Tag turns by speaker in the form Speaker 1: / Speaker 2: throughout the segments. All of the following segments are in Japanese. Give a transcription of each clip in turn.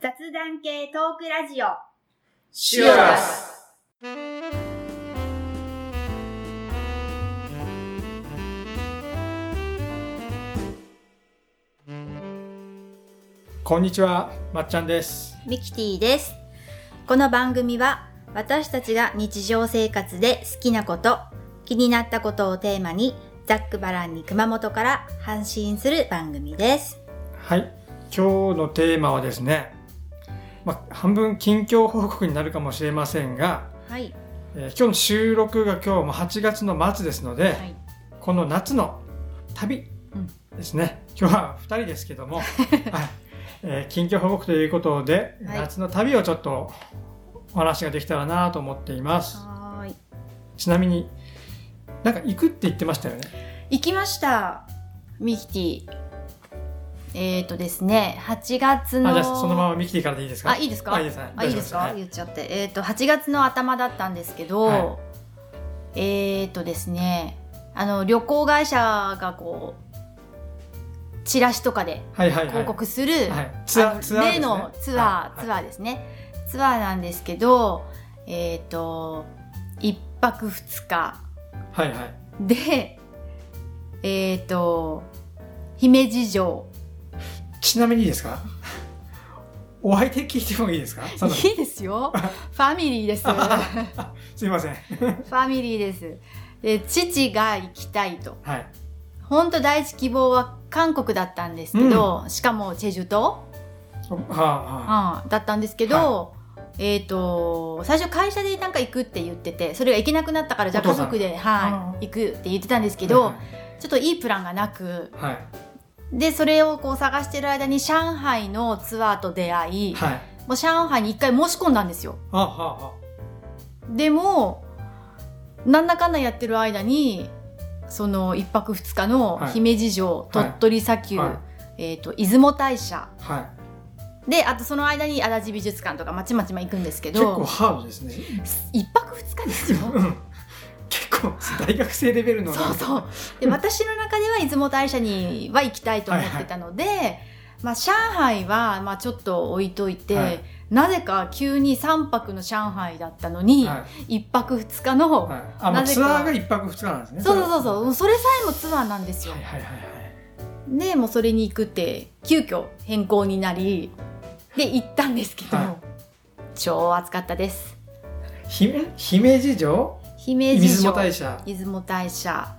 Speaker 1: 雑談系トークラジオ。
Speaker 2: シュアス
Speaker 3: こんにちは、まっちゃんです。
Speaker 4: ミキティです。この番組は私たちが日常生活で好きなこと、気になったことをテーマにざっくばらんに熊本から発信する番組です。
Speaker 3: はい、今日のテーマはですね、まあ、半分近況報告になるかもしれませんが、
Speaker 4: はい。
Speaker 3: えー今日の収録が今日も8月の末ですので、
Speaker 4: い
Speaker 3: この夏の旅
Speaker 4: うん
Speaker 3: ですね、今日は2人ですけ ども、はいえー近況報告ということで、
Speaker 4: はい
Speaker 3: 夏の旅をちょっとお話ができたらなと思っています。
Speaker 4: はーい。
Speaker 3: ちなみに、なんか行くって言ってましたよね。
Speaker 4: 行きました。ミキティ。えっ、ー、とですね、8月の。
Speaker 3: あじゃあそのままミキティからでいいですか
Speaker 4: あいいですか
Speaker 3: あいいですはい
Speaker 4: あいいですか、
Speaker 3: はい
Speaker 4: 言っちゃってえっ、と8月の頭だったんですけど、
Speaker 3: は
Speaker 4: えっ、とですねあの旅行会社がこうチラシとかで
Speaker 3: はいはいはい。
Speaker 4: 広告する、
Speaker 3: はい、ツア
Speaker 4: あ
Speaker 3: ー、
Speaker 4: の
Speaker 3: ツアーです
Speaker 4: 例
Speaker 3: ね、
Speaker 4: のツアー、
Speaker 3: はい
Speaker 4: ツアーですねツアーなんですけどえっ、と1泊2日
Speaker 3: はいはい。
Speaker 4: でえっ、と姫路城
Speaker 3: ちなみにいいですかお相手聞いてもいいですかその
Speaker 4: いいですよファミリーです
Speaker 3: すいません。
Speaker 4: ファミリーです。で、父が行きたいと。
Speaker 3: はい。
Speaker 4: 本当第一希望は韓国だったんですけど、しかもチェジュ島、
Speaker 3: おはあ、はあ、
Speaker 4: うん、だったんですけど、えっ、と、最初会社でなんか行くって言ってて、それが行けなくなったから、じゃあ
Speaker 3: お
Speaker 4: 家
Speaker 3: 父さん
Speaker 4: 族で、
Speaker 3: あ
Speaker 4: は
Speaker 3: あ
Speaker 4: い、行くって言ってたんですけど、
Speaker 3: はい
Speaker 4: ちょっといいプランがなく、
Speaker 3: はい。
Speaker 4: で、それをこう探してる間に上海のツアーと出会い、
Speaker 3: はい。
Speaker 4: もう上海に一回申し込んだんですよ。
Speaker 3: あ、はあ、は
Speaker 4: でもなんだかんだやってる間にその1泊2日の
Speaker 3: はい
Speaker 4: 姫路城、鳥取砂丘、
Speaker 3: は
Speaker 4: えー、と出雲大社
Speaker 3: あ、はい。
Speaker 4: であとその間に足立美術館とかまちまちま行くんですけ
Speaker 3: 結構
Speaker 4: ど
Speaker 3: ハードですね。
Speaker 4: 1泊2日です よ
Speaker 3: うん結構、大学生レベルの。
Speaker 4: そうそう。で私の中では出雲大社には行きたいと思ってたので、まあ、上海はまあちょっと置いといて、
Speaker 3: はい
Speaker 4: なぜか急に3泊の上海だったのに、
Speaker 3: は
Speaker 4: 一1泊2日
Speaker 3: い。
Speaker 4: の、
Speaker 3: はい、あ、もう
Speaker 4: なぜ
Speaker 3: ツ
Speaker 4: か
Speaker 3: アーが一泊二日なんですね。
Speaker 4: そうそう
Speaker 3: う。
Speaker 4: そうそうそれさえもツアーなんですよ
Speaker 3: はい、はい、はい、はい。
Speaker 4: でもうそれに行くって急遽変更になりで行ったんですけど、
Speaker 3: は
Speaker 4: 超暑かったです
Speaker 3: 姫、姫路城。
Speaker 4: 姫路
Speaker 3: 出
Speaker 4: 城
Speaker 3: 雲大社。
Speaker 4: 出雲大社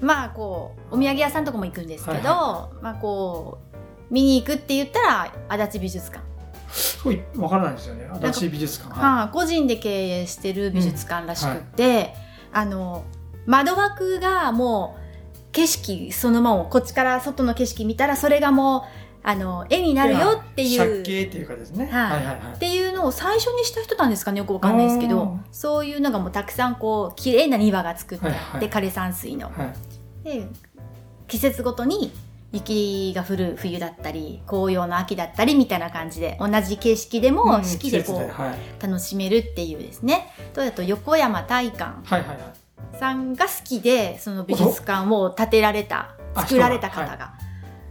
Speaker 4: まあこうお土産屋さんとかも行くんですけど、
Speaker 3: はい
Speaker 4: まあこう見に行くって言ったら足立美術館、
Speaker 3: すごい、わからないですよね。
Speaker 4: か
Speaker 3: 私美術館。
Speaker 4: はあ個人で経営してる美術館らしくって、あの窓枠がもう景色そのままこっちから外の景色見たらそれがもうあの絵になるよっていう
Speaker 3: 借景っていうかですね。
Speaker 4: はい
Speaker 3: はい、はい、はい
Speaker 4: っ。ていうのを最初にした人なんですかねよくわかんないですけ
Speaker 3: う
Speaker 4: ど
Speaker 3: ん
Speaker 4: そういうのがもうたくさんこう綺麗な庭が作ってあって、
Speaker 3: はいはい
Speaker 4: 枯山水の。
Speaker 3: はい。
Speaker 4: で季節ごとに雪が降る冬だったり紅葉の秋だったりみたいな感じで同じ景色でも
Speaker 3: ん
Speaker 4: 四季でこ
Speaker 3: 季節
Speaker 4: う
Speaker 3: はい、
Speaker 4: 楽しめるっていうですね。とあと横山大観
Speaker 3: はい、はい、はい。
Speaker 4: さんが好きでその美術館を建てられた
Speaker 3: あ
Speaker 4: 作られた方
Speaker 3: 人
Speaker 4: が、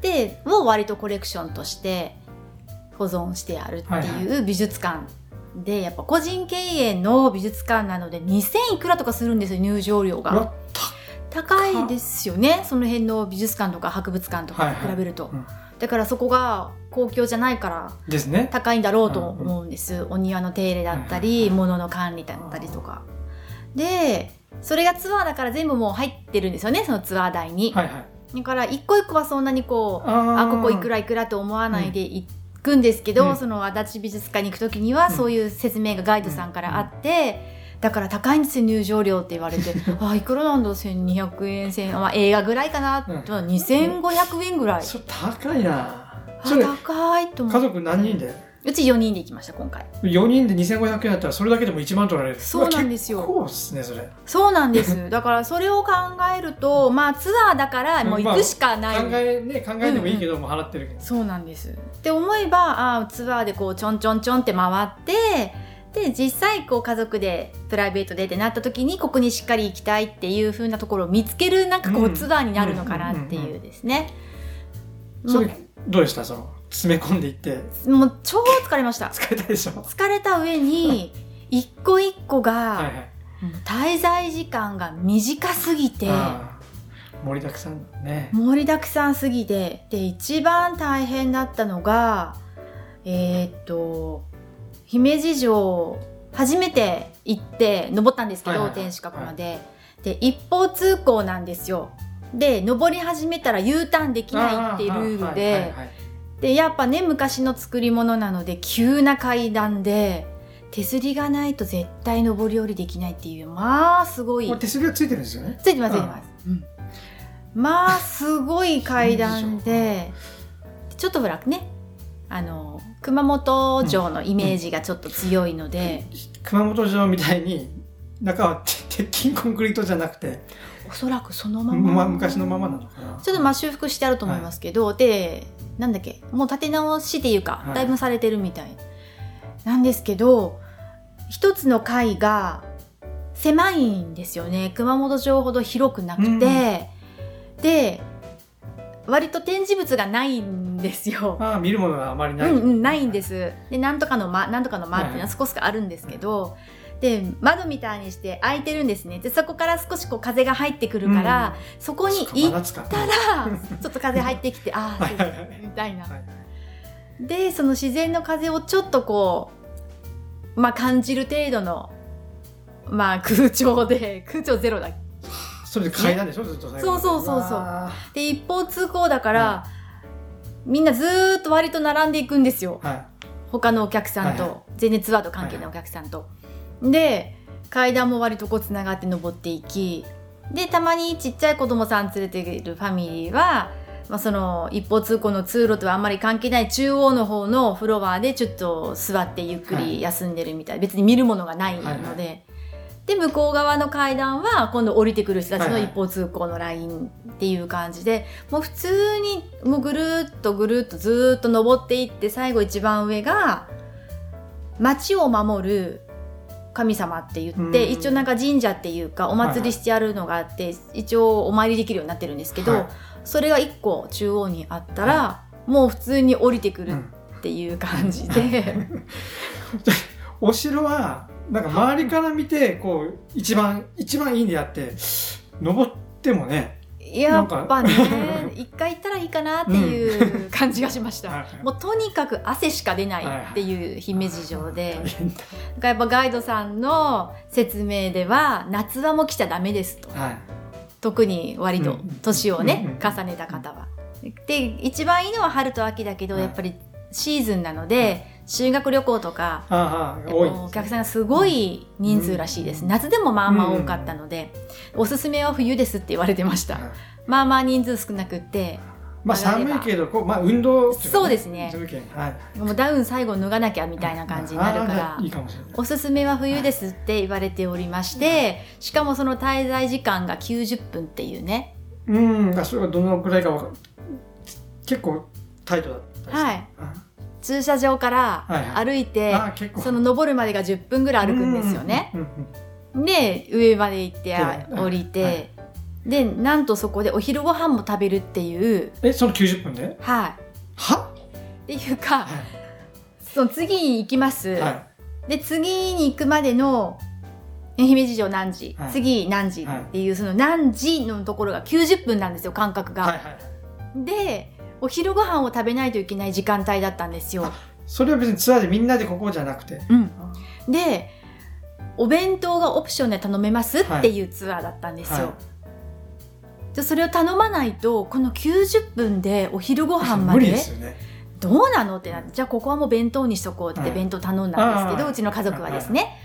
Speaker 4: でを割とコレクションとして保存してあるっていう美術館で、やっぱ個人経営の美術館なので2000いくらとかするんですよ入場料
Speaker 3: うわ
Speaker 4: が高いですよねその辺の美術館とか博物館とかと比べると、
Speaker 3: はいはい
Speaker 4: だからそこが公共じゃないから
Speaker 3: ですね。
Speaker 4: 高いんだろうと思うんです、お庭の手入れだった
Speaker 3: はいはい
Speaker 4: り、物の管理だったりとかでそれがツアーだから全部もう入ってるんですよねそのツアー代に、
Speaker 3: はいはい。
Speaker 4: だから一個一個はそんなにこう
Speaker 3: あ
Speaker 4: あここいく
Speaker 3: ら
Speaker 4: らいくらと思わないで行くんですけど、
Speaker 3: うん
Speaker 4: その足立美術館に行く時には
Speaker 3: うん
Speaker 4: そういう説明がガイドさんからあって、だから高いんですよ入場料って言わ れてあいくらなんだ1200円1000円、まあ、映画ぐらいかな、
Speaker 3: うん
Speaker 4: 2500円ぐらい、
Speaker 3: それ高いな。それ
Speaker 4: あ高いと思
Speaker 3: 家
Speaker 4: う
Speaker 3: 族何人で
Speaker 4: うち4人で行きました今回。
Speaker 3: ?4 人で2500円だったらそれだけでも1万取られる。
Speaker 4: そうなんです
Speaker 3: うわ
Speaker 4: よ
Speaker 3: 結構っすね、それ。考
Speaker 4: そうなんです。 だからそれを考えると、まあツアーだからもう行くしかない。
Speaker 3: え、ね、考えてもいいけど、もう払ってるけど。
Speaker 4: そうなんです。って思えば、あーツアーでこうちょんちょんちょんって回って、で、実際こう家族でプライベートでってなった時に、ここにしっかり行きたいっていう風なところを見つける、なんかこ
Speaker 3: う
Speaker 4: うんツアーになるのかなって
Speaker 3: うんうんうん
Speaker 4: いうですね。
Speaker 3: そ
Speaker 4: も
Speaker 3: れ
Speaker 4: う、
Speaker 3: どうでしたその、詰め込んでいって
Speaker 4: もう超疲れました
Speaker 3: 疲れたでしょは
Speaker 4: 疲れた上に一個一個
Speaker 3: いは
Speaker 4: が
Speaker 3: い
Speaker 4: 滞在時間が短すぎて
Speaker 3: あー盛りだくさんだね
Speaker 4: 盛りだくさんすぎてで一番大変だったのがえーっと姫路城初めて行って登ったんですけ
Speaker 3: はい
Speaker 4: ど、
Speaker 3: はいはい
Speaker 4: 天守閣まで、で一方通行なんですよで登り始めたら U ターンできないっていうルールで、
Speaker 3: あはいはいはい
Speaker 4: でやっぱね昔の作り物なので急な階段で手すりがないと絶対登り降りできないっていうまあすごい
Speaker 3: もう手すりがついてるんですよね
Speaker 4: ついてますついてます、うんまあすごい階段でちょっとほらねあの熊本城のイメージがちょっと強いので、
Speaker 3: 熊本城みたいに中は鉄鉄筋コンクリートじゃなくて、
Speaker 4: おそらくそのまま、
Speaker 3: ま、昔のままなのかな
Speaker 4: ちょっとまあ修復してあると思いますけど、でなんだっけもう立て直しっていうか、
Speaker 3: はい
Speaker 4: だいぶされてるみたいなんですけど一つの階が狭いんですよね熊本城ほど広くなくて、
Speaker 3: うん
Speaker 4: で割と展示物がないんですよ。
Speaker 3: まあ見るものがあまり
Speaker 4: う
Speaker 3: ない、
Speaker 4: んうん、ないんです。で、なんとかの間、なんとかの間っていうの
Speaker 3: は
Speaker 4: はい少しあるんですけど、で、窓みたいにして開いてるんですね。で、そこから少しこう風が入ってくるから、そこに
Speaker 3: そっか
Speaker 4: 行
Speaker 3: 真
Speaker 4: っ
Speaker 3: 夏か
Speaker 4: たら ちょっと風入ってきてああ
Speaker 3: はいはいはい
Speaker 4: みたいな。
Speaker 3: はい
Speaker 4: でその自然の風をちょっとこうまあ感じる程度のまあ 空調で空調ゼロだ
Speaker 3: それで階段でしょ、ずっと最後まで
Speaker 4: そうそうそうそう
Speaker 3: わ
Speaker 4: で一方通行だから、みんなずーっと割と並んでいくんですよ
Speaker 3: ーはい
Speaker 4: 他のお客さんと、
Speaker 3: はい
Speaker 4: 全然ツアーと関係ないお客さんと。で階段も割とこうつながって登っていきでたまにちっちゃい子供さん連れているファミリーは、まあ、その一方通行の通路とはあんまり関係ない中央の方のフロアでちょっと座ってゆっくり休んでるみたい、別に見るものがないので。
Speaker 3: はいは
Speaker 4: で向こう側の階段は今度降りてくる人たちの
Speaker 3: はいはい
Speaker 4: 一方通行のラインっていう感じで、もう普通にもうぐるーっとぐるーっとずーっと登っていって最後一番上が町を守る神様って言って
Speaker 3: うん
Speaker 4: 一応なんか神社っていうかお祭りしてあるのがあって、一応お参りできるようになってるんですけど、
Speaker 3: はい
Speaker 4: それが一個中央にあったら、もう普通に降りてくるっていう感じで、
Speaker 3: お城はなんか周りから見てこう一番一番いいんであって登ってもね
Speaker 4: やっぱ
Speaker 3: なん
Speaker 4: ね 一回行ったらいいかなっていう感じがしました。
Speaker 3: はいはい
Speaker 4: もうとにかく汗しか出ないっていう姫路城で、
Speaker 3: 大変だ
Speaker 4: なんかやっぱガイドさんの説明では夏場も来ちゃダメですと
Speaker 3: はい
Speaker 4: 特に割
Speaker 3: う
Speaker 4: と
Speaker 3: ん
Speaker 4: 年をね、
Speaker 3: うん
Speaker 4: 重ねた方は。で一番いいのは春と秋だけど、
Speaker 3: はい
Speaker 4: やっぱりシーズンなので修学旅行とか
Speaker 3: あ
Speaker 4: やっ
Speaker 3: ーあー
Speaker 4: ぱ
Speaker 3: 多い
Speaker 4: お客さんがすごい人数らしいです、
Speaker 3: うん
Speaker 4: 夏でもまあまあ多かったので、おすすめは冬ですって言われてました、
Speaker 3: はい
Speaker 4: まあまあ人数少なくって
Speaker 3: まあ寒いけどこうまあ運動っていか
Speaker 4: そうですね
Speaker 3: 運動系はい
Speaker 4: もうダウン最後脱がなきゃみたいな感じになるか
Speaker 3: あ
Speaker 4: ら
Speaker 3: ーいいかもしれない
Speaker 4: おすすめは冬ですって言われておりまして、しかもその滞在時間が90分っていうね。
Speaker 3: うんがそれがどのくらいかわか結構タイトだったりして
Speaker 4: はい。
Speaker 3: あ
Speaker 4: 駐車場から
Speaker 3: はいは
Speaker 4: 歩いて、
Speaker 3: あー結構
Speaker 4: その登るまでが10分ぐらい歩くんですよね。
Speaker 3: うんうんうんうん
Speaker 4: で、上まで行ってあ
Speaker 3: うん
Speaker 4: 降りて、
Speaker 3: は
Speaker 4: で、なんとそこでお昼ご飯も食べるっていう、
Speaker 3: えその90分で
Speaker 4: は。
Speaker 3: はい
Speaker 4: っていうか、
Speaker 3: は
Speaker 4: その次に行きます。
Speaker 3: いは
Speaker 4: で、次に行くまでの、え姫路城何時、
Speaker 3: はい
Speaker 4: 次何時っていう、その何時のところが90分なんですよ、間隔
Speaker 3: い
Speaker 4: が。
Speaker 3: はいはい
Speaker 4: でお昼ご飯を食べないといけない時間帯だったんですよ。
Speaker 3: それは別にツアーでみんなでここじゃなくて
Speaker 4: うん、でお弁当がオプションで頼めます
Speaker 3: はい
Speaker 4: っていうツアーだったんですよ。
Speaker 3: は
Speaker 4: でそれを頼まないとこの90分でお昼ご飯ま
Speaker 3: 無理
Speaker 4: で
Speaker 3: ですよね
Speaker 4: どうなのってなってじゃあここはもう弁当にしとこうって
Speaker 3: はい
Speaker 4: 弁当頼んだんですけど、
Speaker 3: あー
Speaker 4: うちの家族はですね。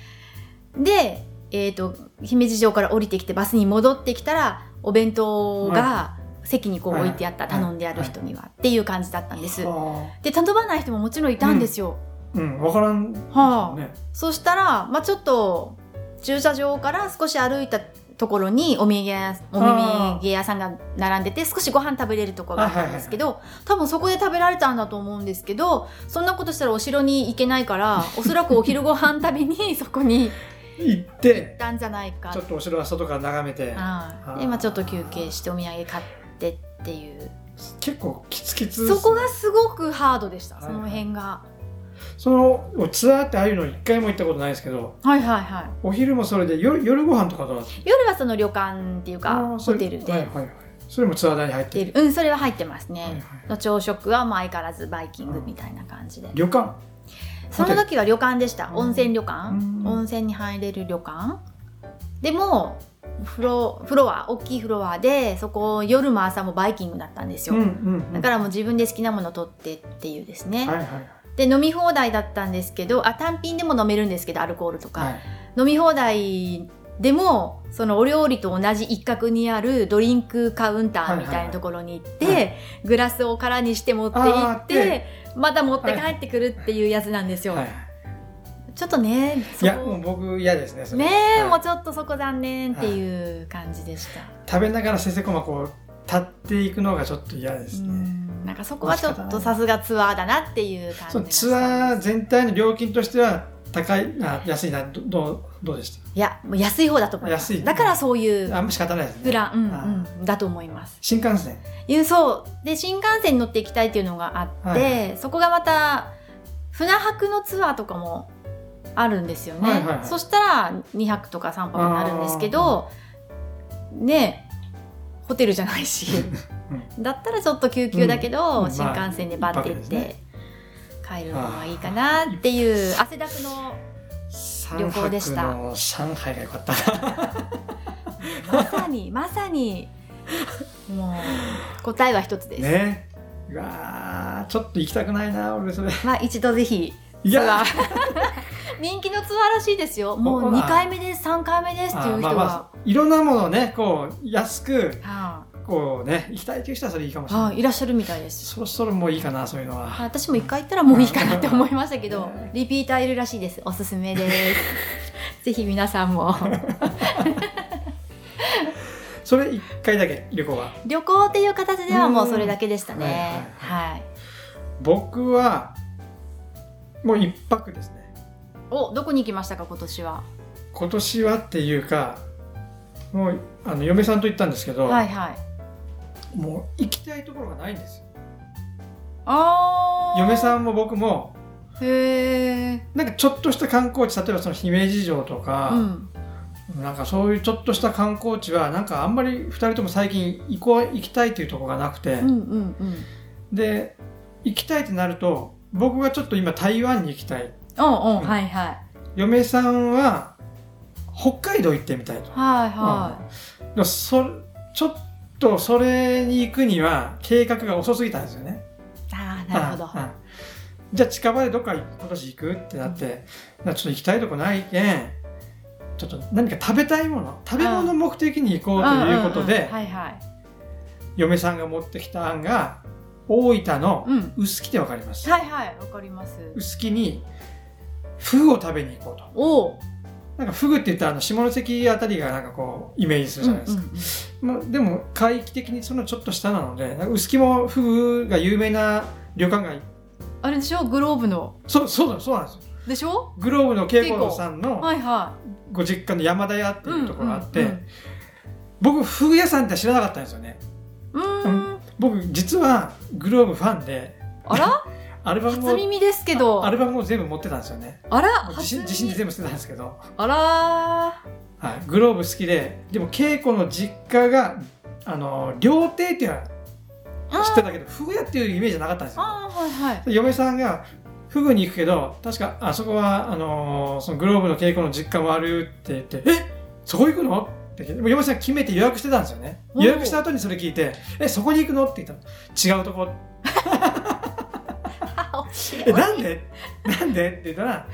Speaker 4: で、えー、と姫路城から降りてきてバスに戻ってきたらお弁当が席にこう置いてあった、
Speaker 3: はいはい
Speaker 4: 頼んである人にはっていう感じだったんです。
Speaker 3: あ
Speaker 4: で頼まない人ももちろんいたんですよ、
Speaker 3: ーうん分からん
Speaker 4: はあ
Speaker 3: ね
Speaker 4: そしたら、まあ、ちょっと駐車場から少し歩いたところにお土産屋お土産屋さんが並んでて少しご飯食べれるところがあったんですけど、多分そこで食べられたんだと思うんですけどそんなことしたらお城に行けない からおそらくお昼ご飯食べにそこに行
Speaker 3: 行って
Speaker 4: ったんじゃないか
Speaker 3: ちょっとお城は外から眺めて
Speaker 4: ああで、まあ、ちょっと休憩してお土産買ってっていう
Speaker 3: 結構キツキツです
Speaker 4: そ
Speaker 3: ね
Speaker 4: こがすごくハードでした、
Speaker 3: はい
Speaker 4: その辺が
Speaker 3: そのツアーってああいうの一回も行ったことないですけど
Speaker 4: はいはいはい
Speaker 3: お昼もそれで夜夜ご飯とかどうだった
Speaker 4: 夜はその旅館っていう
Speaker 3: あ
Speaker 4: か
Speaker 3: ーそ
Speaker 4: ホ
Speaker 3: れ
Speaker 4: テルで、
Speaker 3: はいはいはいそれもツアー代に入って
Speaker 4: 出
Speaker 3: る
Speaker 4: るうんそれは入ってますね、
Speaker 3: はいはい
Speaker 4: の朝食はもう相変わらずバイキングみたいな感じで、
Speaker 3: 旅館
Speaker 4: その時は旅館でした
Speaker 3: うん
Speaker 4: 温泉旅館、
Speaker 3: うん
Speaker 4: 温泉に入れる旅館でもフロフロア大きいフロアでそこ夜も朝もバイキングだったんですよ、
Speaker 3: うんうんうん
Speaker 4: だからもう自分で好きなもの取ってっていうですね、
Speaker 3: はいはい
Speaker 4: で飲み放題だったんですけどあ単品でも飲めるんですけどアルコールとか、
Speaker 3: はい
Speaker 4: 飲み放題でもそのお料理と同じ一角にあるドリンクカウンターみたいなところに行って、
Speaker 3: はいはい
Speaker 4: グラスを空にして持って行っ
Speaker 3: あー
Speaker 4: てまた持って帰ってくるっていうやつなんですよ、
Speaker 3: はい
Speaker 4: ちょっとね
Speaker 3: い
Speaker 4: そ
Speaker 3: やもう
Speaker 4: こ
Speaker 3: 僕嫌ですねそれ
Speaker 4: ねえ、
Speaker 3: はい
Speaker 4: もうちょっとそこ残念っていう感じでした、
Speaker 3: 食べながらせせこまこう立っていくのがちょっと嫌です
Speaker 4: う
Speaker 3: ね
Speaker 4: んなんかそこはちょっとさすがツアーだなっていう感じ
Speaker 3: その
Speaker 4: がし
Speaker 3: ツ
Speaker 4: た
Speaker 3: アー全体の料金としては高いあ安いなどどうどうでし
Speaker 4: いやもう安い方だと思います
Speaker 3: 安い
Speaker 4: だからそういう
Speaker 3: たあんま仕方ないですね
Speaker 4: プラン、
Speaker 3: あ
Speaker 4: うんうん、だと思います
Speaker 3: 新幹線
Speaker 4: いうそうで新幹線に乗って行きたいっていうのがあって、
Speaker 3: はい
Speaker 4: そこがまた船泊のツアーとかもあるんですよね、
Speaker 3: はいはいはい
Speaker 4: そしたら2泊とか3泊になるんですけどねえホテルじゃない し、だったらちょっと救急だけど、
Speaker 3: うんうん
Speaker 4: 新幹線でバッて行って、
Speaker 3: まあ一泊です
Speaker 4: 帰るのがいいかなっていう汗だくの
Speaker 3: 3
Speaker 4: 旅行
Speaker 3: 泊
Speaker 4: でした
Speaker 3: の上海が良かったな
Speaker 4: まさにまさにもう答えは一つです。
Speaker 3: ねうわーちょっと行きたくないな俺それ
Speaker 4: まあ一度ぜひ
Speaker 3: いや
Speaker 4: 人気のツアーらしいですよも
Speaker 3: ほ
Speaker 4: う
Speaker 3: ら
Speaker 4: 2回目です3回目ですっていう人
Speaker 3: あま
Speaker 4: が、
Speaker 3: あまあいろんなものをねこう安く
Speaker 4: は
Speaker 3: こうね行きたいという人はそれいいかもし
Speaker 4: い
Speaker 3: れな
Speaker 4: はいいいらっしゃるみたいです
Speaker 3: そろそろもういいかなそういうのは
Speaker 4: はい私も1回行ったらもういいかなって思いましたけ
Speaker 3: う
Speaker 4: ど
Speaker 3: ん
Speaker 4: リピーターいるらしいですおすすめです ぜひ皆さんも
Speaker 3: それ一回だけ旅行は
Speaker 4: 旅行っていう形ではもうそれだけでしたね
Speaker 3: うん
Speaker 4: はい
Speaker 3: 僕はもう一泊ですね
Speaker 4: おどこに行きましたか今年は
Speaker 3: 今年はっていうかもうあの嫁さんと行ったんですけど、
Speaker 4: はいはい
Speaker 3: もう行きたいところがないんですよ
Speaker 4: あー
Speaker 3: 嫁
Speaker 4: ん
Speaker 3: さんも僕も
Speaker 4: へえ
Speaker 3: なんかちょっとした観光地例えばその姫路城とか、
Speaker 4: うん
Speaker 3: なんかそういうちょっとした観光地はなんかあんまり2人とも最近行こう行きたいっていうところがなくて、
Speaker 4: うんうんうん
Speaker 3: で行きたいってなると僕がちょっと今台湾に行きたい
Speaker 4: うんうん
Speaker 3: うん
Speaker 4: はいはい
Speaker 3: 嫁さんは北海道行ってみたいと、
Speaker 4: はいは
Speaker 3: うんでもそちょっとそれに行くには計画が遅すぎたんですよね
Speaker 4: いああなるほど
Speaker 3: うんうんじゃあ近場でどっか今年行くってなってなんかちょっと行きたいとこないけんちょっと何か食べたいもの食べ物目的に行こうということ
Speaker 4: んん
Speaker 3: で
Speaker 4: んはいはい
Speaker 3: 嫁さんが持ってきた案が大分の
Speaker 4: うん
Speaker 3: 臼杵ってわかります
Speaker 4: はいはいわかります
Speaker 3: 臼杵にフグを食べに行こうと
Speaker 4: おお
Speaker 3: なんかフグって言ったらあの下関あたりがなんかこうイメージするじゃないですか、まあ、でも海域的にそのちょっと下なのでなんか臼杵もフグが有名な旅館が
Speaker 4: あれでしょグローブの
Speaker 3: そうそうだそうなんですよ
Speaker 4: でしょ
Speaker 3: グローブの慶子堂さんの
Speaker 4: はいは
Speaker 3: ご実家の山田屋っ
Speaker 4: い
Speaker 3: ていうところがあって、
Speaker 4: うんうん
Speaker 3: 僕フグ屋さんって知らなかったんですよね
Speaker 4: うんうーん
Speaker 3: 僕実はグローブファンで
Speaker 4: あら
Speaker 3: アルバム
Speaker 4: 初
Speaker 3: を
Speaker 4: 耳ですけど
Speaker 3: ア
Speaker 4: あ
Speaker 3: ルバムを全部持ってたんですよね
Speaker 4: ら
Speaker 3: 自
Speaker 4: 初
Speaker 3: 信
Speaker 4: 耳
Speaker 3: 自信で全部捨てたんですけど、
Speaker 4: あら
Speaker 3: はい、グローブ好きででも恵子の実家があの料亭っていうのは
Speaker 4: ー
Speaker 3: 知ってたけどフグ屋っていうイメージなかったんですよ
Speaker 4: あーはいはい
Speaker 3: で嫁さんがフグに行くけど確かあそこはあのーそのグローブの稽古の実家もあるって言って「えそこ行くの?」って聞いてでも嫁さん決めて予約してたんですよね
Speaker 4: おー
Speaker 3: 予約した後にそれ聞いて「えそこに行くの?」って言ったら「違うとこ」
Speaker 4: あ惜しい
Speaker 3: えなんで なんで?」って言ったら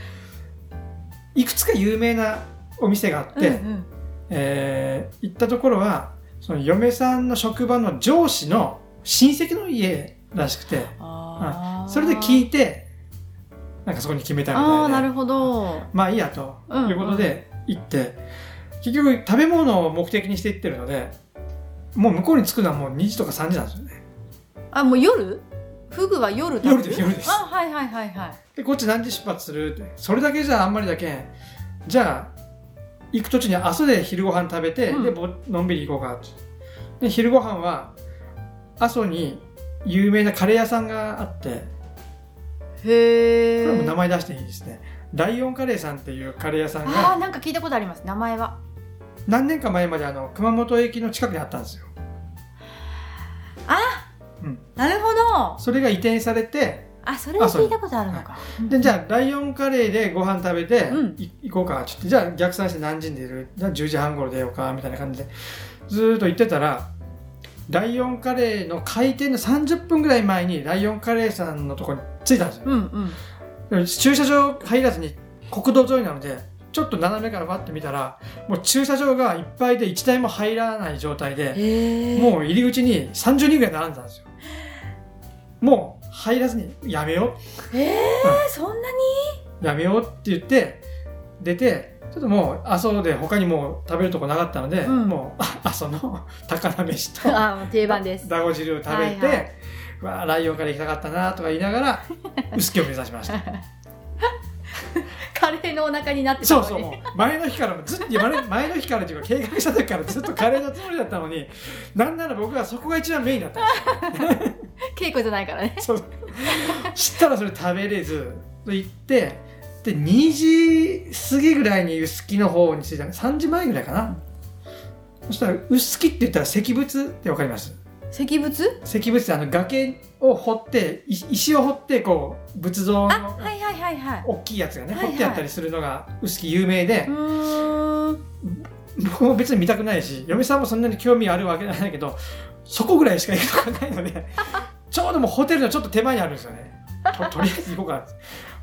Speaker 3: いくつか有名なお店があって、
Speaker 4: うんうん
Speaker 3: えー行ったところはその嫁さんの職場の上司の親戚の家らしくて
Speaker 4: あー
Speaker 3: それで聞いてなんかそこに決めたみ
Speaker 4: あ
Speaker 3: た
Speaker 4: あ
Speaker 3: い
Speaker 4: な
Speaker 3: で
Speaker 4: るほど
Speaker 3: まあいいやと
Speaker 4: うんうん
Speaker 3: いうことで行って、結局食べ物を目的にしていってるのでもう向こうに着くのはもう2時とか3時なんですよね
Speaker 4: あもう夜フグは夜食べる
Speaker 3: 夜です夜です
Speaker 4: あはいはいはいはい
Speaker 3: でこっち何時出発するってそれだけじゃあんまりだけんじゃあ行く途中に朝で昼ご飯食べて、
Speaker 4: うん
Speaker 3: でぼのんびり行こうかってで昼ご飯は阿蘇に有名なカレー屋さんがあってこ
Speaker 4: へ
Speaker 3: れも名
Speaker 4: え
Speaker 3: 前出していいですねライオンカレーさんっていうカレー屋さん
Speaker 4: あー
Speaker 3: が
Speaker 4: なんか聞いたことあります名前は
Speaker 3: 何年か前まであの熊本駅の近くにあったんですよ
Speaker 4: なるほど
Speaker 3: それが移転されて
Speaker 4: あそれは聞いたことあるのか
Speaker 3: でじゃあライオンカレーでご飯食べて、
Speaker 4: うん
Speaker 3: い行こうかちょっとじゃあ逆算して何時に出るじゃあ10時半頃出ようかみたいな感じでずーっと行ってたらライオンカレーの開店の30分ぐらい前にライオンカレーさんのところに着いたんですよ、
Speaker 4: うんうん
Speaker 3: で駐車場入らずに国道沿いなのでちょっと斜めからバッて見たらもう駐車場がいっぱいで1台も入らない状態で
Speaker 4: へえ
Speaker 3: もう入り口に30人ぐらい並んでたんですよもう入らずにやめよう
Speaker 4: へえそんなに
Speaker 3: やめようって言って出てちょっともう阿蘇で他にもう食べるとこなかったので、
Speaker 4: うん
Speaker 3: もう あ阿蘇の高菜飯と
Speaker 4: あもう定番です
Speaker 3: だご汁を食べて、
Speaker 4: はいは
Speaker 3: うわあライオンから行きたかったなとか言いながら臼杵を目指し ました
Speaker 4: カレーのお腹になってた
Speaker 3: そ
Speaker 4: の
Speaker 3: う
Speaker 4: に
Speaker 3: そうもう前の日からもずっといや前の前の日からっていうか計画した時からずっとカレーのつもりだったのになんなら僕はそこが一番メインだったんですよ
Speaker 4: 稽古じゃないからね
Speaker 3: そう知ったらそれ食べれずと言ってで2時過ぎぐらいに臼杵の方に着いたの3時前ぐらいかなそしたら臼杵って言ったら石仏ってわかります
Speaker 4: 石仏
Speaker 3: 石仏ってあの崖を掘ってい石を掘ってこう仏像の
Speaker 4: あはいはいはいはい
Speaker 3: 大きいやつがね
Speaker 4: はいはい
Speaker 3: 掘ってあったりするのが臼杵有名で
Speaker 4: う、ーん
Speaker 3: 僕も別に見たくないし嫁さんもそんなに興味あるわけじゃないけどそこぐらいしか行くとこないのでちょうどもうホテルのちょっと手前にあるんですよねととりあえず行こうかって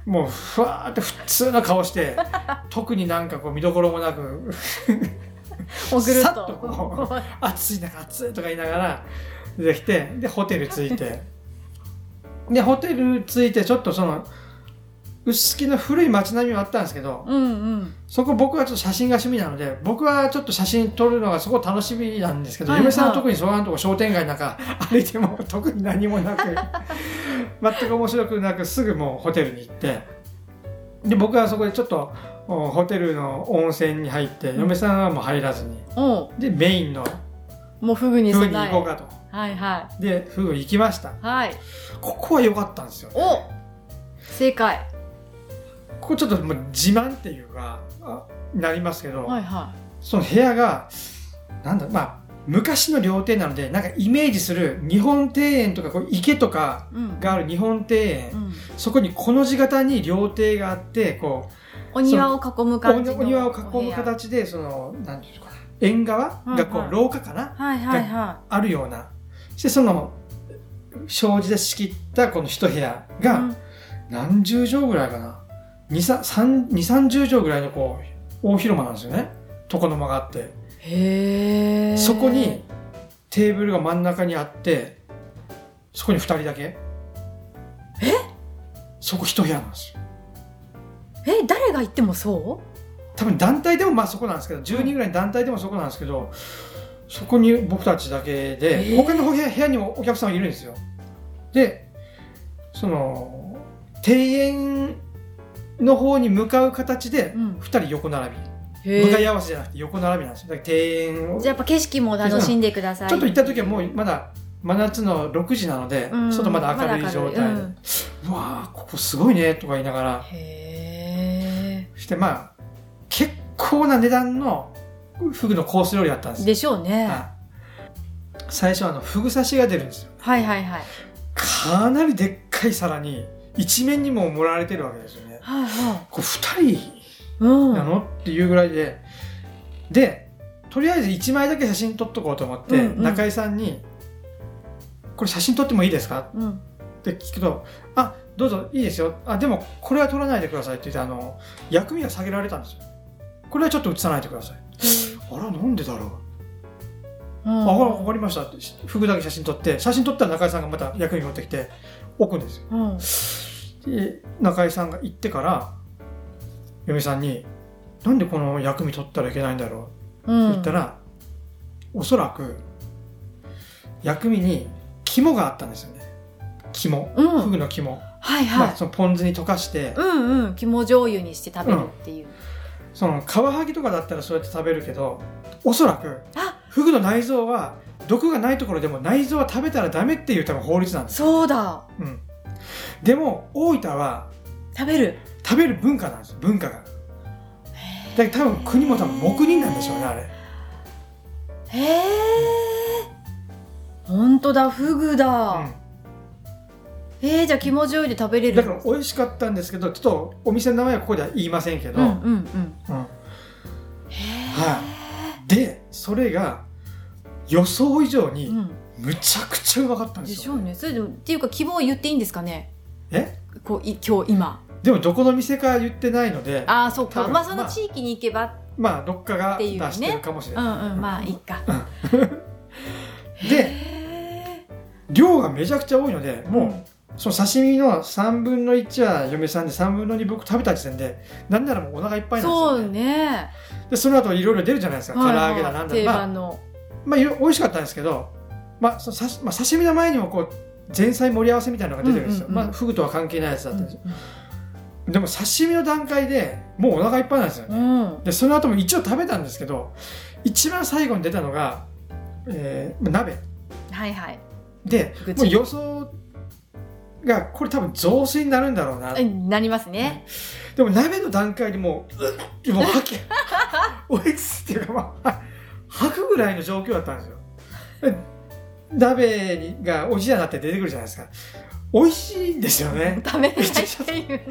Speaker 3: もうふわーって普通な顔して特になんかこう見どころもなく
Speaker 4: もうぐるっ
Speaker 3: さっ
Speaker 4: と
Speaker 3: とこ 暑い中暑いとか言いながら出てきてでホテル着いてでホテル着いてちょっとその臼杵の古い街並みもあったんですけど、
Speaker 4: うんうん
Speaker 3: そこ僕はちょっと写真が趣味なので、僕はちょっと写真撮るのがすごい楽しみなんですけど、
Speaker 4: はいはい
Speaker 3: 嫁さんは特にそこのとこ商店街なんか歩いても特に何もなく、 全く面白くなくすぐもうホテルに行って、で、僕はそこでちょっとおホテルの温泉に入って、
Speaker 4: ん
Speaker 3: 嫁さんはもう入らずに、
Speaker 4: お
Speaker 3: で、メインの
Speaker 4: うもうフグに
Speaker 3: フグ
Speaker 4: 備
Speaker 3: に
Speaker 4: え
Speaker 3: 行こうかと。
Speaker 4: はいは
Speaker 3: で、フグ行きました。
Speaker 4: いはい
Speaker 3: ここは良かったんですよ。
Speaker 4: お正解
Speaker 3: ここちょっともう自慢っていうか、あなりますけど、
Speaker 4: はいは
Speaker 3: その部屋が、なんだろう、まあ、昔の料亭なので、なんかイメージする日本庭園とか、こう池とか
Speaker 4: いうん
Speaker 3: がある日本庭園、
Speaker 4: うん
Speaker 3: そこにこの字型に料亭があって、こう、
Speaker 4: お庭を囲む感じの
Speaker 3: お庭を囲む
Speaker 4: お部屋
Speaker 3: 形で、その、なんていうのかな、縁側
Speaker 4: うん
Speaker 3: がこ
Speaker 4: うん
Speaker 3: う、廊下かな、
Speaker 4: はいはいは
Speaker 3: あるような。そしてその、障子で仕切ったこの一部屋
Speaker 4: い
Speaker 3: が、
Speaker 4: うん
Speaker 3: 何十畳ぐらいかな二三三二三十畳ぐらいのこう、大広間なんですよね。床の間があって。
Speaker 4: へえ
Speaker 3: そこにテーブルが真ん中にあってそこに2人だけ
Speaker 4: え
Speaker 3: そこ一部屋なんですよ
Speaker 4: え誰が行ってもそ
Speaker 3: 多分団体でもまあそこなんですけど10人ぐらいの団体でもそこなんですけどそこに僕たちだけで、
Speaker 4: えー
Speaker 3: 他の部屋部屋にもお客さんいるんですよでその庭園の方に向かう形で
Speaker 4: うん
Speaker 3: 2人横並
Speaker 4: う
Speaker 3: び、
Speaker 4: へ
Speaker 3: 向か
Speaker 4: え
Speaker 3: い合わせじゃなくて横並びなんですよだから庭園を
Speaker 4: じゃあやっぱ景色も楽しんでください
Speaker 3: ちょっと行った時はもうまだ真夏の6時なので、
Speaker 4: うん
Speaker 3: 外まだ明るい状態で、
Speaker 4: まだ明るいう
Speaker 3: わ
Speaker 4: ん
Speaker 3: あここすごいねとか言いながら
Speaker 4: へ
Speaker 3: してまあ結構な値段のフグのコース料理だったんで
Speaker 4: え
Speaker 3: すよ、
Speaker 4: でしょうね
Speaker 3: はい最初はあのフグ刺しが出るんですよ
Speaker 4: はいはいはい
Speaker 3: かなりでっかい皿に一面にもう盛られてるわけですよね
Speaker 4: はいはい
Speaker 3: これ2人
Speaker 4: うん
Speaker 3: なのっていうぐらいででとりあえず1枚だけ写真撮っとこうと思って、
Speaker 4: うんうん
Speaker 3: 中井さんに「これ写真撮ってもいいですか?」
Speaker 4: うん
Speaker 3: って聞くと「あどうぞいいですよあでもこれは取らないでください」って言ってあの薬味が下げられたんですよこれはちょっと映さないでくださいあらなんでだろう、
Speaker 4: うん
Speaker 3: あわかりましたって服だけ写真撮って写真撮ったら中井さんがまた薬味持ってきて置くんですよ
Speaker 4: うん
Speaker 3: で中井さんが行ってから嫁さんに「なんでこの薬味取ったらいけないんだろ
Speaker 4: う
Speaker 3: う?」って
Speaker 4: ん
Speaker 3: 言ったら、おそらく薬味に肝があったんですよね肝
Speaker 4: う
Speaker 3: フ
Speaker 4: ん
Speaker 3: グの肝、
Speaker 4: はい
Speaker 3: ま
Speaker 4: は
Speaker 3: あ、そのポン酢に溶かして、
Speaker 4: いうんうん肝醤油にして食べるっていう
Speaker 3: そのカワハギとかだったらそうやって食べるけどおそらく
Speaker 4: あ
Speaker 3: フグの内臓は毒がないところでも内臓は食べたらダメっていう多分法律なんですよ
Speaker 4: そうだ
Speaker 3: うん、でも大分は
Speaker 4: 食べる
Speaker 3: 食べる文化なんですよ文化がだから多分国も多分黙認なんでしょうねあれ
Speaker 4: へえ本当だフグだ、えー、じゃあ気持ちよいで食べれ
Speaker 3: うん、
Speaker 4: る
Speaker 3: だから美味しかったんですけどちょっとお店の名前はここでは言いませんけど、
Speaker 4: うんうんうん
Speaker 3: うん
Speaker 4: へ
Speaker 3: はでそれが予想以上
Speaker 4: え、
Speaker 3: に
Speaker 4: うん、
Speaker 3: むちゃくちゃうまかったんで
Speaker 4: ですし
Speaker 3: よ、
Speaker 4: ょうねそれでもっていうか希望言っていいんですかね
Speaker 3: え
Speaker 4: こうい今日今
Speaker 3: でもどこの店か言ってないので
Speaker 4: ああそう
Speaker 3: 多
Speaker 4: か
Speaker 3: 分
Speaker 4: まあそ
Speaker 3: ま
Speaker 4: の
Speaker 3: あ
Speaker 4: 地域に行けば、
Speaker 3: まあどっかが
Speaker 4: っ
Speaker 3: 出
Speaker 4: ていうね
Speaker 3: してるかもしれない、
Speaker 4: うんうんまあいいか
Speaker 3: で
Speaker 4: へ
Speaker 3: 量がめちゃくちゃ多いので
Speaker 4: ー
Speaker 3: もうその刺身の3分の1は嫁さんで3分の2僕食べた時点でなんならもうお腹いっぱいなんです
Speaker 4: そ
Speaker 3: よ、
Speaker 4: う
Speaker 3: ね
Speaker 4: ね
Speaker 3: でその後いろいろ出るじゃないですか、
Speaker 4: はいはい
Speaker 3: 唐揚げだなんだ
Speaker 4: 定
Speaker 3: まあ
Speaker 4: 番の、
Speaker 3: まあいろいろ美味しかったんですけど、まあその刺しまあ、刺身の前にもこう前菜盛り合わせみたいなのが出てるんですよ、
Speaker 4: うんうんうん
Speaker 3: まあ、フグとは関係ないやつだったんですよ、
Speaker 4: う
Speaker 3: でも刺身の段階でもうお腹いっぱいなんですよね。
Speaker 4: んうん
Speaker 3: でその後も一応食べたんですけど一番最後に出たのが、えー鍋
Speaker 4: はいはい
Speaker 3: で
Speaker 4: 愚
Speaker 3: もう
Speaker 4: 痴
Speaker 3: 予想がこれ多分雑炊になるんだろうな
Speaker 4: うんなります ね
Speaker 3: でも鍋の段階でもううっもう吐き おえつっていうかまあ吐くぐらいの状況だったんですよ。で鍋にがおじやになって出てくるじゃないですか。美味しいんですよね。
Speaker 4: 食べれないっていうね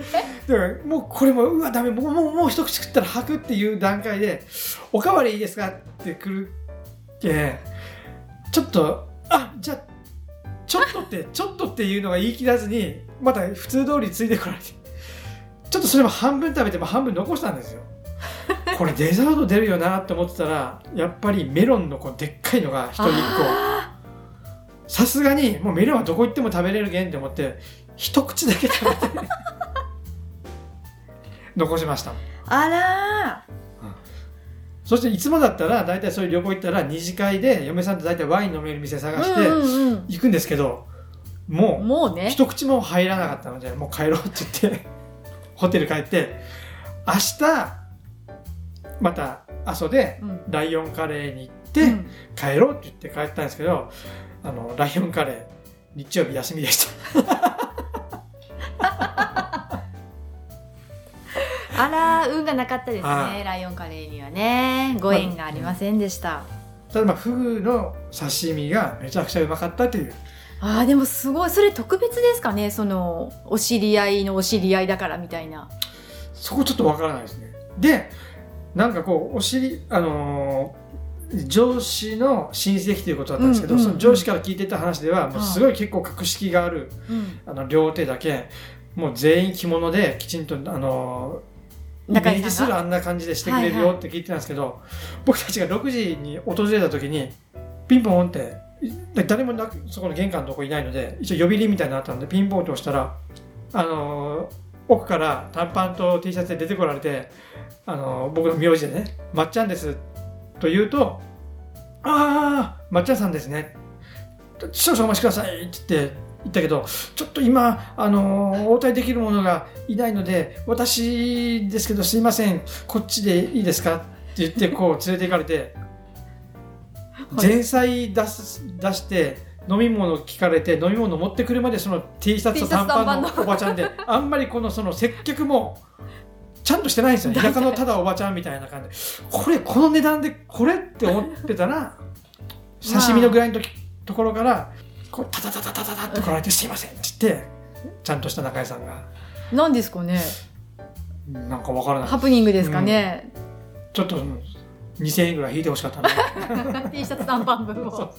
Speaker 3: だからもうこれもうわダメもうもうもう一口食ったら吐くっていう段階で「おかわりいいですか?」ってくるけちょっとあじゃあちょっとって ちょっとっていうのが言い切らずにまた普通通りついてこられてちょっとそれも半分食べても半分残したんですよ。これデザート出るよなって思ってたらやっぱりメロンのこうでっかいのが一人一個
Speaker 4: あ
Speaker 3: さすがにもうメロンはどこ行っても食べれるげんって思って一口だけ食べて残しました
Speaker 4: ーあら
Speaker 3: そしていつもだったら大体そういう旅行行ったら二次会で嫁さんと大体ワイン飲める店探し
Speaker 4: ーう
Speaker 3: て
Speaker 4: んうん
Speaker 3: 行くんですけど、
Speaker 4: う
Speaker 3: も
Speaker 4: んもう
Speaker 3: う
Speaker 4: ね
Speaker 3: 一口も入らなかったのでもう帰ろうって言ってホテル帰って明日また阿蘇で
Speaker 4: うん
Speaker 3: ライオンカレーに行っ
Speaker 4: う
Speaker 3: て
Speaker 4: ん
Speaker 3: 帰ろうって言って帰ったんですけどあのライオンカレー日曜日休みでした
Speaker 4: あら運がなかったです
Speaker 3: は
Speaker 4: ねライオンカレーにはねご縁がありませんでした、
Speaker 3: ただまあフグの刺身がめちゃくちゃうまかったという
Speaker 4: あーでもすごいそれ特別ですかねそのお知り合いのお知り合いだからみたいな
Speaker 3: そこちょっとわからないですね。で、なんかこう、お尻、あのー上司の親戚ということだったんですけど、
Speaker 4: うんうんうん
Speaker 3: その上司から聞いてた話では、もうすごい結構格式がある、
Speaker 4: うん
Speaker 3: あの、両手だけ、もう全員着物できちんと、あのーイメージするあんな感じでしてくれる
Speaker 4: はいは
Speaker 3: よって聞いてたんですけど、僕たちが6時に訪れた時に、ピンポンって、で誰もなくそこの玄関のとこいないので、一応呼び鈴みたいになのあったので、ピンポンって押したら、あのー奥から短パンと T シャツで出てこられて、あのー僕の名字でね、まっちゃんですと言うと、ああ、まっちゃんさんですね。少々お待ちくださいって言って、言ったけど、ちょっと今、あのー応対できるものがいないので、私ですけどすいません、こっちでいいですかって言って、こう連れて行かれて、前菜出す出して飲み物聞かれて飲み物持ってくるまでその T シャツ
Speaker 4: T シャ
Speaker 3: と短
Speaker 4: ツ短
Speaker 3: パ
Speaker 4: パ
Speaker 3: ン
Speaker 4: ン
Speaker 3: の
Speaker 4: の
Speaker 3: おばちゃんであんまりこのその接客もちゃんとしてないんですよね田舎のただおばちゃんみたいな感じでこれこの値段でこれって思って たら刺身のぐらいの時ところからこうタタタタタタタって来られて「すいません」って言ってちゃんとした中居さんが
Speaker 4: 何ですかね
Speaker 3: なんかわからない
Speaker 4: ハプニングですかね、
Speaker 3: ちょっとうん2000円ぐらい引いてほしかったな
Speaker 4: T シャツ短パン分
Speaker 3: そ
Speaker 4: を
Speaker 3: う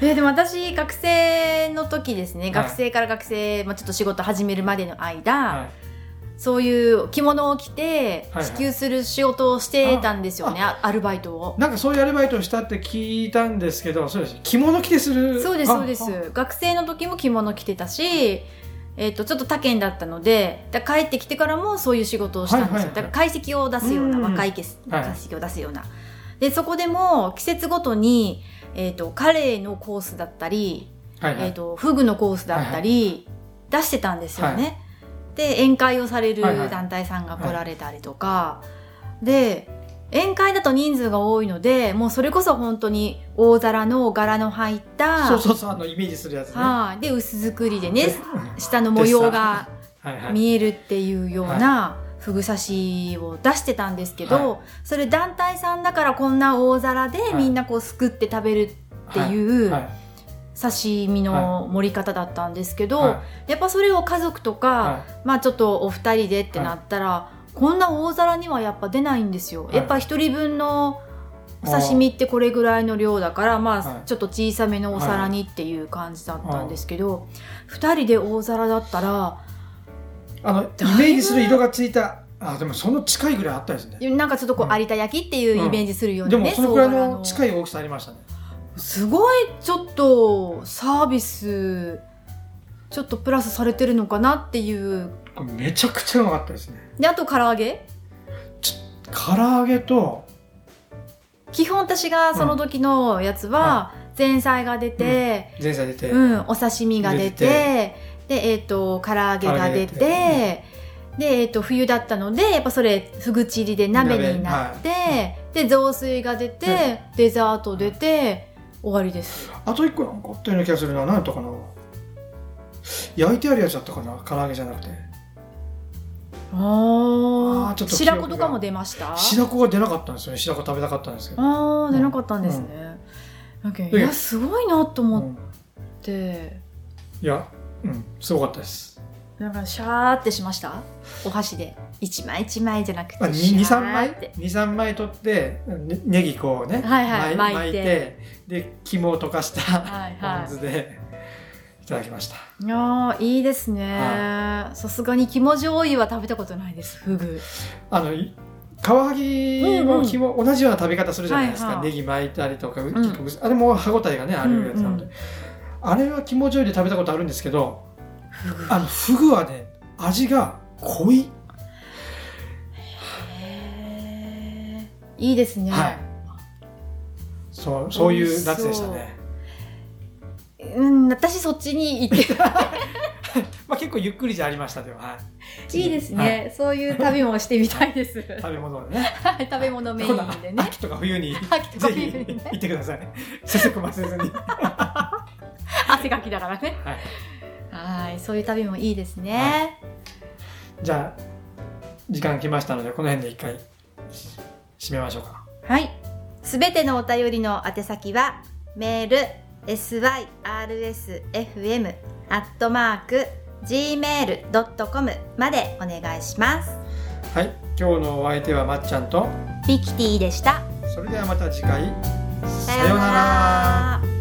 Speaker 4: えーでも私学生の時ですね、
Speaker 3: い
Speaker 4: 学生から学生、まあ、ちょっと仕事始めるまでの間、
Speaker 3: はい
Speaker 4: そういう着物を着て
Speaker 3: はいはい
Speaker 4: 支給する仕事をしてたんですよね、あアルバイトを。
Speaker 3: なんかそういうアルバイトをしたって聞いたんですけど、そうです。着物着てする。
Speaker 4: そうです
Speaker 3: あ
Speaker 4: そうで
Speaker 3: あ
Speaker 4: す学生の時も着物着てたし、えー、とちょっと他県だったのでだ帰ってきてからもそういう仕事をしたんですよ、
Speaker 3: はいはいはい
Speaker 4: だから解析を出すような
Speaker 3: うん
Speaker 4: 若いけす
Speaker 3: はい
Speaker 4: 解析を出すような、でそこでも季節ごとに、えー、とカレーのコースだったり、
Speaker 3: はいはい
Speaker 4: えー、とフグのコースだったり、出してたんですよね、で宴会をされる
Speaker 3: はいはい
Speaker 4: 団体さんが来られたりとか、で宴会だと人数が多いので、もうそれこそ本当に大皿の柄の入った、
Speaker 3: そうそうそう、あの、イメージするやつね。は
Speaker 4: はい、で、薄作りでね、下の模様が
Speaker 3: いはい。
Speaker 4: 見えるっていうような、ふぐ刺しを出してたんですけど、それ団体さんだからこんな大皿で
Speaker 3: い
Speaker 4: みんなこうすくって食べるっていう
Speaker 3: はい。
Speaker 4: 刺身の盛り方だったんですけど、
Speaker 3: は
Speaker 4: やっぱそれを家族とか、
Speaker 3: いは
Speaker 4: まあちょっとお二人でってなったら、こんな大皿にはやっぱ出ないんですよ、
Speaker 3: はい
Speaker 4: やっぱ一人分のお刺身ってこれぐらいの量だからま
Speaker 3: は
Speaker 4: あ
Speaker 3: い
Speaker 4: ちょっと小さめのお皿にっていう感じだったんですけど、二人で大皿だったら
Speaker 3: いあの、イメージする色がついた、あ、でもその近いぐらいあったですね。
Speaker 4: なんかちょっとこ
Speaker 3: う
Speaker 4: うん有田焼きっていうイメージするよう
Speaker 3: で
Speaker 4: な
Speaker 3: も
Speaker 4: ね、
Speaker 3: そのくらい
Speaker 4: 総柄
Speaker 3: の近い大きさありましたね。
Speaker 4: すごいちょっとサービスちょっとプラスされてるのかなっていう
Speaker 3: これめちゃくちゃうまかったですね。
Speaker 4: であと唐揚げ
Speaker 3: 唐揚げと、
Speaker 4: 基本私がその時のやつは前菜が出て、
Speaker 3: 前菜出て、
Speaker 4: うんお刺身が出て
Speaker 3: 出
Speaker 4: でえっ、と唐揚げが出て
Speaker 3: 唐揚げ
Speaker 4: でえっ、と冬だったのでやっぱそれふぐちりで鍋になって、で雑炊が出て、デザート出て終わりです
Speaker 3: あと一個なんかあったような気がするな。何だったかな焼いてあるやつだったかな唐揚げじゃなくて。
Speaker 4: あ
Speaker 3: あーちょっと記憶
Speaker 4: 白
Speaker 3: が
Speaker 4: 子とかも出ました
Speaker 3: 白子が出なかったんですよね。白子食べたかったんですけど。
Speaker 4: ああ出なかったんですね、なんかいやすごいなと
Speaker 3: う
Speaker 4: 思っ
Speaker 3: ん
Speaker 4: て、
Speaker 3: いや、うん、すごかったです。
Speaker 4: なんかシャーってしましたお箸で一枚一枚じゃなくて
Speaker 3: まあ、
Speaker 4: シャ
Speaker 3: 2、
Speaker 4: ー
Speaker 3: 3枚
Speaker 4: って
Speaker 3: ?2、3枚取って、ね、ネギこうね、
Speaker 4: はいはい
Speaker 3: 巻い
Speaker 4: 巻い
Speaker 3: 巻い
Speaker 4: て
Speaker 3: て、で、肝を溶かした
Speaker 4: はい
Speaker 3: ポン
Speaker 4: は
Speaker 3: 酢で、いただきました。
Speaker 4: いいやーいいですねさすがに肝醤油は食べたことないですフグ
Speaker 3: あの、いカワハギも肝、同じような食べ方するじゃないですか。
Speaker 4: はいはい
Speaker 3: ネギ巻いたりとか、うんあれも歯ごたえがね、あるやつなので。
Speaker 4: う
Speaker 3: あれは肝醤油で食べたことあるんですけど、
Speaker 4: フグ
Speaker 3: あの、フグはね、味が濃い。
Speaker 4: へーいいですね、
Speaker 3: はいそう、そうい
Speaker 4: 美味
Speaker 3: う
Speaker 4: しそう
Speaker 3: 夏でしたね。
Speaker 4: うん私そっちに行って
Speaker 3: まあ結構ゆっくりじゃありましたけど、はい
Speaker 4: いですね、
Speaker 3: は
Speaker 4: そういう旅もしてみたいです、
Speaker 3: 食べ物でね。
Speaker 4: はい、食べ物 メインで
Speaker 3: 今度
Speaker 4: ね
Speaker 3: 秋とか 冬に
Speaker 4: 秋とか
Speaker 3: ぜ
Speaker 4: 冬
Speaker 3: ひ
Speaker 4: にね
Speaker 3: 行ってください。 せせこませずに。は
Speaker 4: 汗かきだからね
Speaker 3: い。
Speaker 4: はい、そういう旅もいいですね。
Speaker 3: じゃあ、時間来ましたので、この辺で一回、し締めましょうか。
Speaker 4: はい。すべてのお便りの宛先は、メール、syrsfm、アットマーク、gmail.com までお願いします。
Speaker 3: はい。今日のお相手はまっちゃんと、
Speaker 4: ピキティでした。
Speaker 3: それではまた次回、
Speaker 4: さ
Speaker 3: さようなら。
Speaker 4: ら。